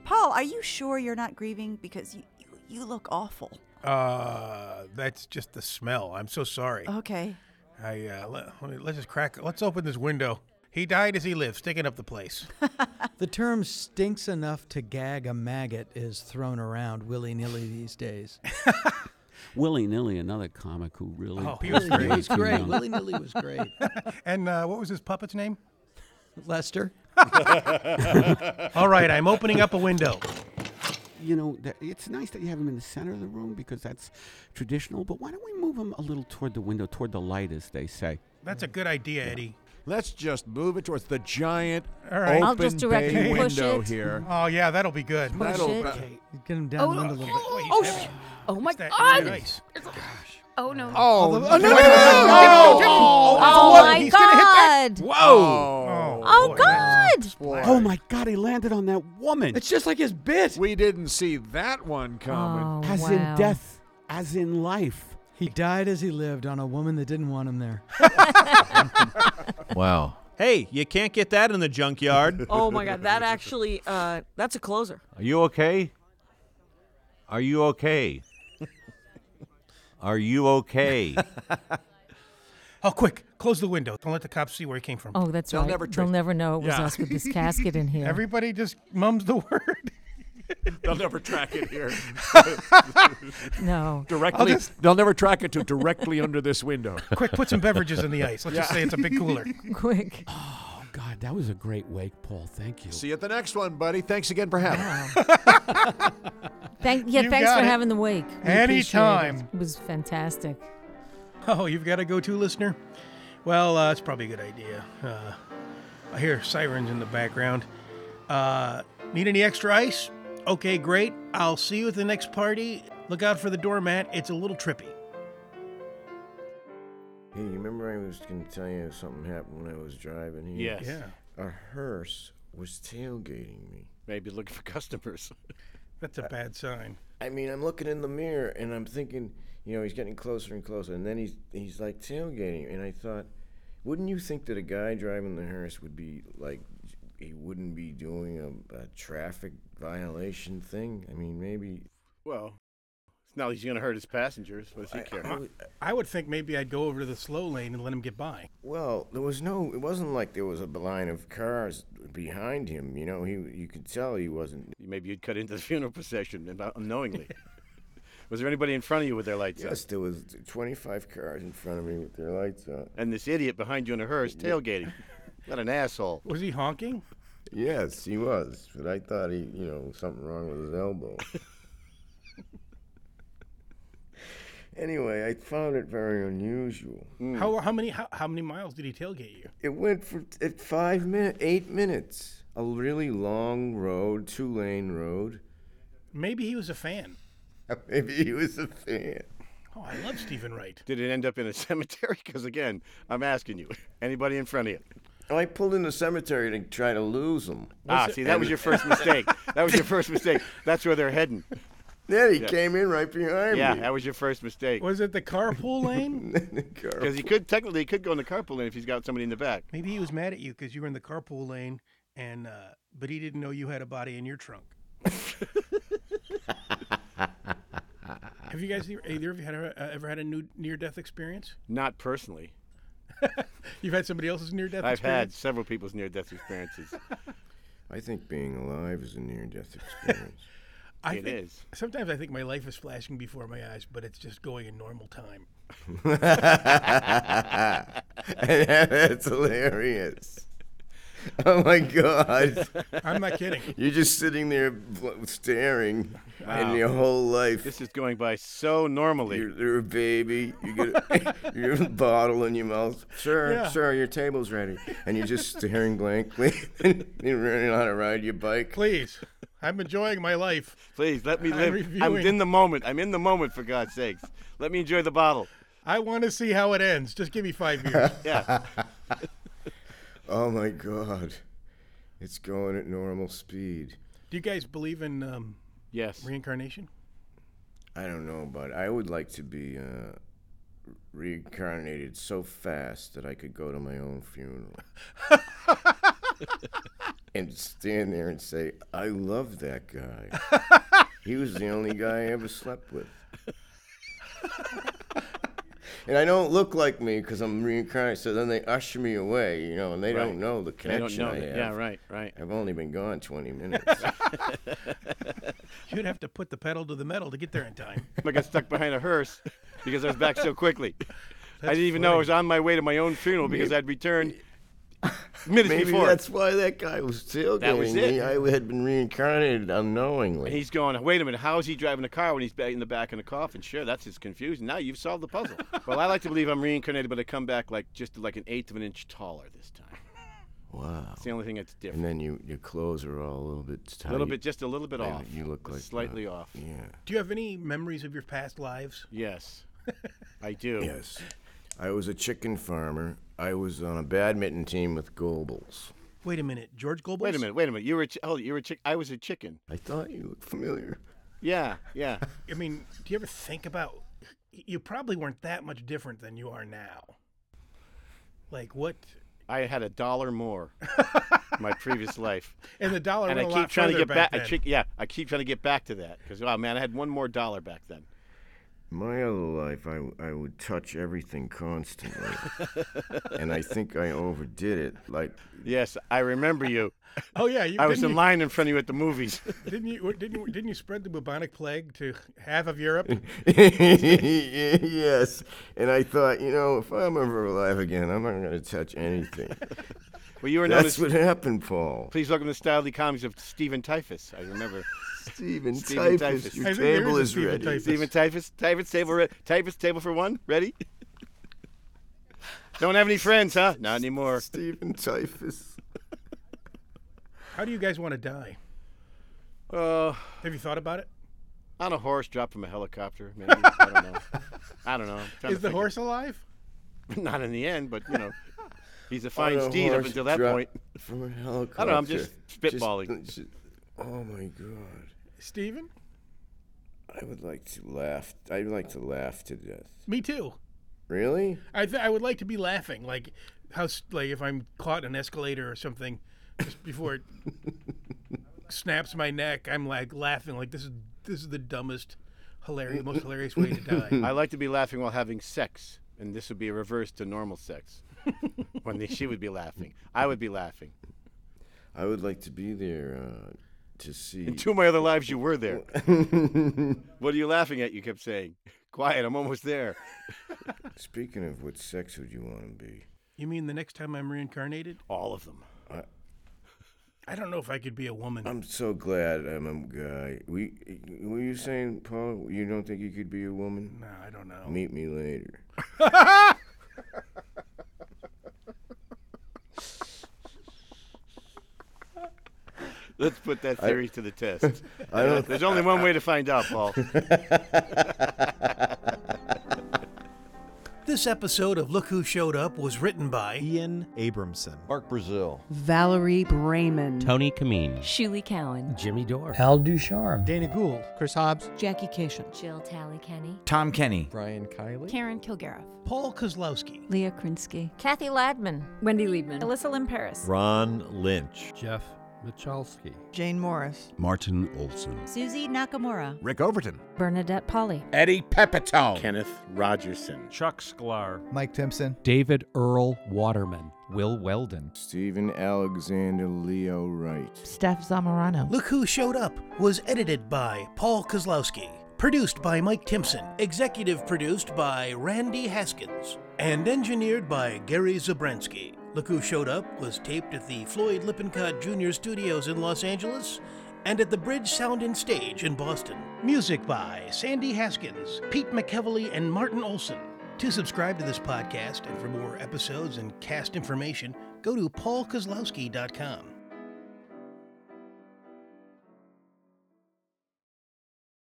S37: Paul, are you sure you're not grieving because you, you, you look awful?
S1: Uh, that's just the smell. I'm so sorry.
S37: Okay.
S1: I uh, let, let me, let's just crack. Let's open this window. He died as he lived, sticking up the place.
S9: The term stinks enough to gag a maggot is thrown around willy nilly these days.
S15: Willy Nilly, another comic who really
S9: Oh, he
S15: passed
S9: was
S15: away
S9: great. He was
S15: too
S9: great.
S15: young.
S9: Willy Nilly was great.
S1: and uh, what was his puppet's name?
S9: Lester.
S1: All right, I'm opening up a window.
S15: You know, that, it's nice that you have him in the center of the room because that's traditional. But why don't we move him a little toward the window, toward the light, as they say?
S1: That's a good idea, Eddie.
S3: Let's just move it towards the giant
S1: All right.
S3: open bay window here.
S1: Oh yeah, that'll be good.
S3: Push That'll- it.
S9: Get him
S1: down
S9: down the
S1: the
S9: wind a little bit.
S23: Oh, sh- oh my
S1: that
S23: god!
S1: really nice?
S23: It's- Oh no!
S9: Oh,
S23: the-
S9: no, no, no, no,
S23: Oh, no.
S9: no. Oh, that's
S23: Oh,
S9: one.
S23: my
S9: He's
S23: god!
S9: gonna hit that.
S23: Whoa!
S9: Oh.
S23: Oh,
S9: God!
S15: Oh my God! He landed on that woman.
S9: It's just like his bit.
S3: We didn't see that one
S9: Oh,
S3: coming.
S15: as in death, as in life.
S9: He died as he lived on a woman that didn't want him there.
S2: Wow.
S34: Hey, you can't get that in the junkyard.
S14: Oh my God, that actually, uh, that's a closer.
S2: Are you okay? Are you okay? Are you okay?
S1: Oh, quick, close the window. Don't let the cops see where he came from.
S6: Oh, that's right. They'll never know it was us with this casket in here.
S1: Everybody just mums the word.
S3: They'll never track it here.
S6: No.
S1: I'll
S3: Directly.
S1: just-
S3: they'll never track it to directly under this window.
S1: Quick, put some beverages in the ice. Let's just say it's a big cooler.
S6: Quick.
S15: Oh God, that was a great wake, Paul. Thank you.
S3: See you at the next one, buddy. Thanks again for having
S6: Thank, yeah,
S3: You
S6: thanks
S3: got
S6: for
S3: it.
S6: having the wake. We appreciate it.
S1: Anytime.
S6: It was fantastic.
S1: Oh, you've got to go to listener? Well, uh, it's probably a good idea. Uh, I hear sirens in the background. Uh, need any extra ice? Okay, great. I'll see you at the next party. Look out for the doormat. It's a little trippy.
S5: Hey, you remember I was going to tell you something happened when I was driving here?
S9: Yes. Yeah.
S5: A hearse was tailgating me.
S9: Maybe looking for customers.
S1: That's a bad sign.
S5: I mean, I'm looking in the mirror and I'm thinking, you know, he's getting closer and closer, and then he's he's like tailgating, and I thought, wouldn't you think that a guy driving the hearse would be like, he wouldn't be doing a, a traffic violation thing? I mean, maybe
S9: Well,
S18: It's not like he's going to hurt his passengers. What does he care?
S1: I would think maybe I'd go over to the slow lane and let him get by.
S5: Well, there was no. It wasn't like there was a line of cars behind him. You know, he you could tell he wasn't.
S18: Maybe you'd cut into the funeral procession about- Uh, unknowingly. was there anybody in front of you with their lights
S5: Yes, there was 25 cars in front of me with their lights on.
S18: And this idiot behind you in a hearse tailgating. what an asshole.
S1: Was he honking?
S5: Yes, he was. But I thought he, you know, something wrong with his elbow. anyway, I found it very unusual.
S18: Hmm.
S1: How, how many how, how many miles did he tailgate you?
S5: It went for t- at five minutes, eight minutes. A really long road, two lane road.
S1: Maybe he was a fan.
S5: Maybe he was a fan.
S1: Oh, I love Stephen Wright.
S18: Did it end up in a cemetery? Because again, I'm asking you. Anybody in front of you?
S5: Oh, I pulled in the cemetery to try to lose him.
S18: ah, see, that was your first mistake. That was your first mistake. That's where they're heading.
S5: Yeah, he
S18: Yeah.
S5: came in right behind
S18: yeah,
S5: me.
S18: that was your first mistake.
S1: Was it the carpool lane?
S18: Because he could technically he could go in the carpool lane if he's got somebody in the back.
S1: Maybe he was mad at you because you were in the carpool lane, and uh, but he didn't know you had a body in your trunk. Have you guys ever- either of you had a, uh, ever had a new near death experience?
S18: Not personally.
S1: You've had somebody else's near death.
S18: I've had
S1: experience?
S18: several people's near death experiences.
S5: I think being alive is a near death experience.
S1: I
S18: It
S1: think,
S18: is.
S1: Sometimes I think my life is flashing before my eyes, but it's just going in normal time.
S5: That's hilarious. Oh my god!
S1: I'm not kidding.
S5: You're just sitting there bl- staring,
S18: Wow.
S5: and your whole life.
S18: This is going by so normally.
S5: You're, you're a baby. You get a, you have a bottle in your mouth. Sir,
S18: Yeah.
S5: sir, your table's ready, and you're just staring blankly. you really know how to ride your bike.
S1: Please, I'm enjoying my life.
S18: Please let me
S1: I'm
S18: live. I'm
S1: reviewing.
S18: in the moment. I'm in the moment for God's sakes. Let me enjoy the bottle.
S1: I want to see how it ends. Just give me five years.
S18: Yeah.
S5: Oh my god, it's going at normal speed.
S1: Do you guys believe in um,
S18: yes
S1: reincarnation?
S5: I don't know, but I would like to be uh, reincarnated so fast that I could go to my own funeral and stand there and say, "I love that guy. he was the only guy I ever slept with." And I don't look like me because I'm reincarnated. So then they usher me away, you know, and they
S18: Right.
S5: don't know the
S18: They don't
S5: connection
S18: know
S5: I
S18: that-
S5: have.
S18: yeah, right, right.
S5: I've only been gone 20 minutes.
S1: You'd have to put the pedal to the metal to get there in time.
S18: I got stuck behind a hearse because I was back so quickly. I
S1: That's
S18: didn't even know I
S1: funny.
S18: was on my way to my own funeral because
S1: Maybe-
S18: I'd returned minutes
S5: Maybe
S18: before.
S5: that's why that guy was tailgating
S18: That was it.
S5: me. I had been reincarnated unknowingly.
S18: And he's going, wait a minute, how is he driving a car when he's back in the back in a coffin? Sure, that's his confusion. Now you've solved the puzzle. well, I like to believe I'm reincarnated, but I come back like just like an eighth of an inch taller this time.
S5: Wow.
S18: It's the only thing that's different.
S5: And then you, your clothes are all a little bit tight.
S18: a little bit, just a little bit
S5: They-
S18: off.
S5: You look like
S18: slightly
S5: uh,
S18: off.
S5: Yeah.
S1: Do you have any memories of your past lives?
S18: Yes, I do.
S5: Yes. I was a chicken farmer. I was on a badminton team with Goebbels.
S1: Wait a minute, George Goebbels.
S18: Wait a minute, wait a minute. You were a chi- oh, you were a chick. I was a chicken.
S5: I thought you looked familiar.
S18: Yeah, yeah.
S1: I mean, do you ever think about? You probably weren't that much different than you are now. Like what?
S18: I had a dollar more in my previous life.
S1: And the dollar
S18: and I
S1: went a
S18: keep
S1: lot
S18: trying to
S1: further
S18: get
S1: back
S18: I
S1: then.
S18: keep, yeah, I keep trying to get back to that because oh man, I had one more dollar back then.
S5: My other life, I, w- I would touch everything constantly. and I think I overdid it. Like,
S18: Yes, I remember you.
S1: Oh yeah, you,
S18: I was
S1: didn't
S18: in line in front of you at the movies.
S1: You, didn't you? Didn't you? Didn't you spread the bubonic plague to half of Europe?
S5: yes. And I thought, you know, if I'm ever alive again, I'm not going to touch anything.
S18: Well, you were
S5: That's
S18: noticed.
S5: what happened, Paul.
S18: Please welcome the Stylely Comics of Stephen Typhus. I remember.
S5: Stephen Typhus, your I think there table is a is Stephen ready. Typhus.
S18: Stephen Typhus, Typhus table, re- Typhus table for one. Ready? Don't have any friends, huh? Not anymore.
S5: Stephen Typhus.
S1: How do you guys want to die?
S18: Uh,
S1: Have you thought about it?
S18: on a horse dropped from a helicopter. Maybe. I don't know. I don't know. I'm trying to
S1: Is the
S18: think
S1: horse alive?
S18: of- Not in the end, but you know, he's a fine
S5: On a
S18: steed up
S5: horse
S18: until that
S5: drop
S18: point.
S5: From a
S18: I
S5: helicopter.
S18: don't know. I'm just spitballing.
S5: Just- oh my god.
S1: Steven?
S5: I would like to laugh. I'd like to laugh to death.
S1: Me too.
S5: Really?
S1: I th- I would like to be laughing, like how s- like if I'm caught in an escalator or something, just before it snaps my neck, I'm like laughing, like this is this is the dumbest hilarious, most hilarious way to die.
S18: I like to be laughing while having sex, and this would be a reverse to normal sex. when the, she would be laughing, I would be laughing.
S5: I would like to be there uh, to see.
S18: In two of my other lives, you were there. what are you laughing at? You kept saying. Quiet, I'm almost there.
S5: Speaking of what sex would you want to be?
S1: You mean the next time I'm reincarnated?
S18: All of them.
S5: I-
S1: I don't know if I could be a woman.
S5: I'm so glad I'm a guy. We, were you saying, Paul, you don't think you could be a woman?
S1: No, I don't know.
S5: Meet me later.
S18: Let's put that
S5: I-
S18: theory to the test.
S5: I don't-
S18: There's only one way to find out, Paul.
S1: This episode of Look Who Showed Up was written by
S35: Ian Abramson,
S23: Mark Brazil,
S34: Valerie Brayman,
S35: Tony Kameen,
S11: Shuli Cowan,
S35: Jimmy Dore,
S34: Al Ducharme,
S35: Dana Gould, Chris Hobbs,
S34: Jackie Cation,
S11: Jill Tally Kenny,
S35: Tom Kenny, Brian Kiley,
S4: Karen Kilgariff.
S1: Paul Kozlowski.
S24: Leah Krinsky.
S11: Kathy Ladman,
S31: Wendy Liebman,
S11: Alyssa Lynn Paris,
S2: Ron Lynch.
S35: Jeff Michalski,
S34: Jane Morris,
S35: Martin Olson.
S34: Susie Nakamura,
S35: Rick Overton.
S11: Bernadette Polly.
S35: Eddie Pepitone.
S18: Kenneth Rogerson.
S33: Chuck Sklar.
S35: Mike Timpson.
S29: David Earl Waterman. Will Weldon.
S5: Stephen Alexander Leo Wright.
S34: Steph Zamorano.
S1: Look Who Showed Up was edited by Paul Kozlowski, produced by Mike Timpson, executive produced by Randy Haskins, and engineered by Gary Zabrensky. Look Who Showed Up was taped at the Floyd Lippincott Jr. Studios in Los Angeles and at the Bridge Sound and Stage in Boston. Music by Sandy Haskins, Pete McKevely, and Martin Olson. To subscribe to this podcast and for more episodes and cast information, go to paulkozlowski.com.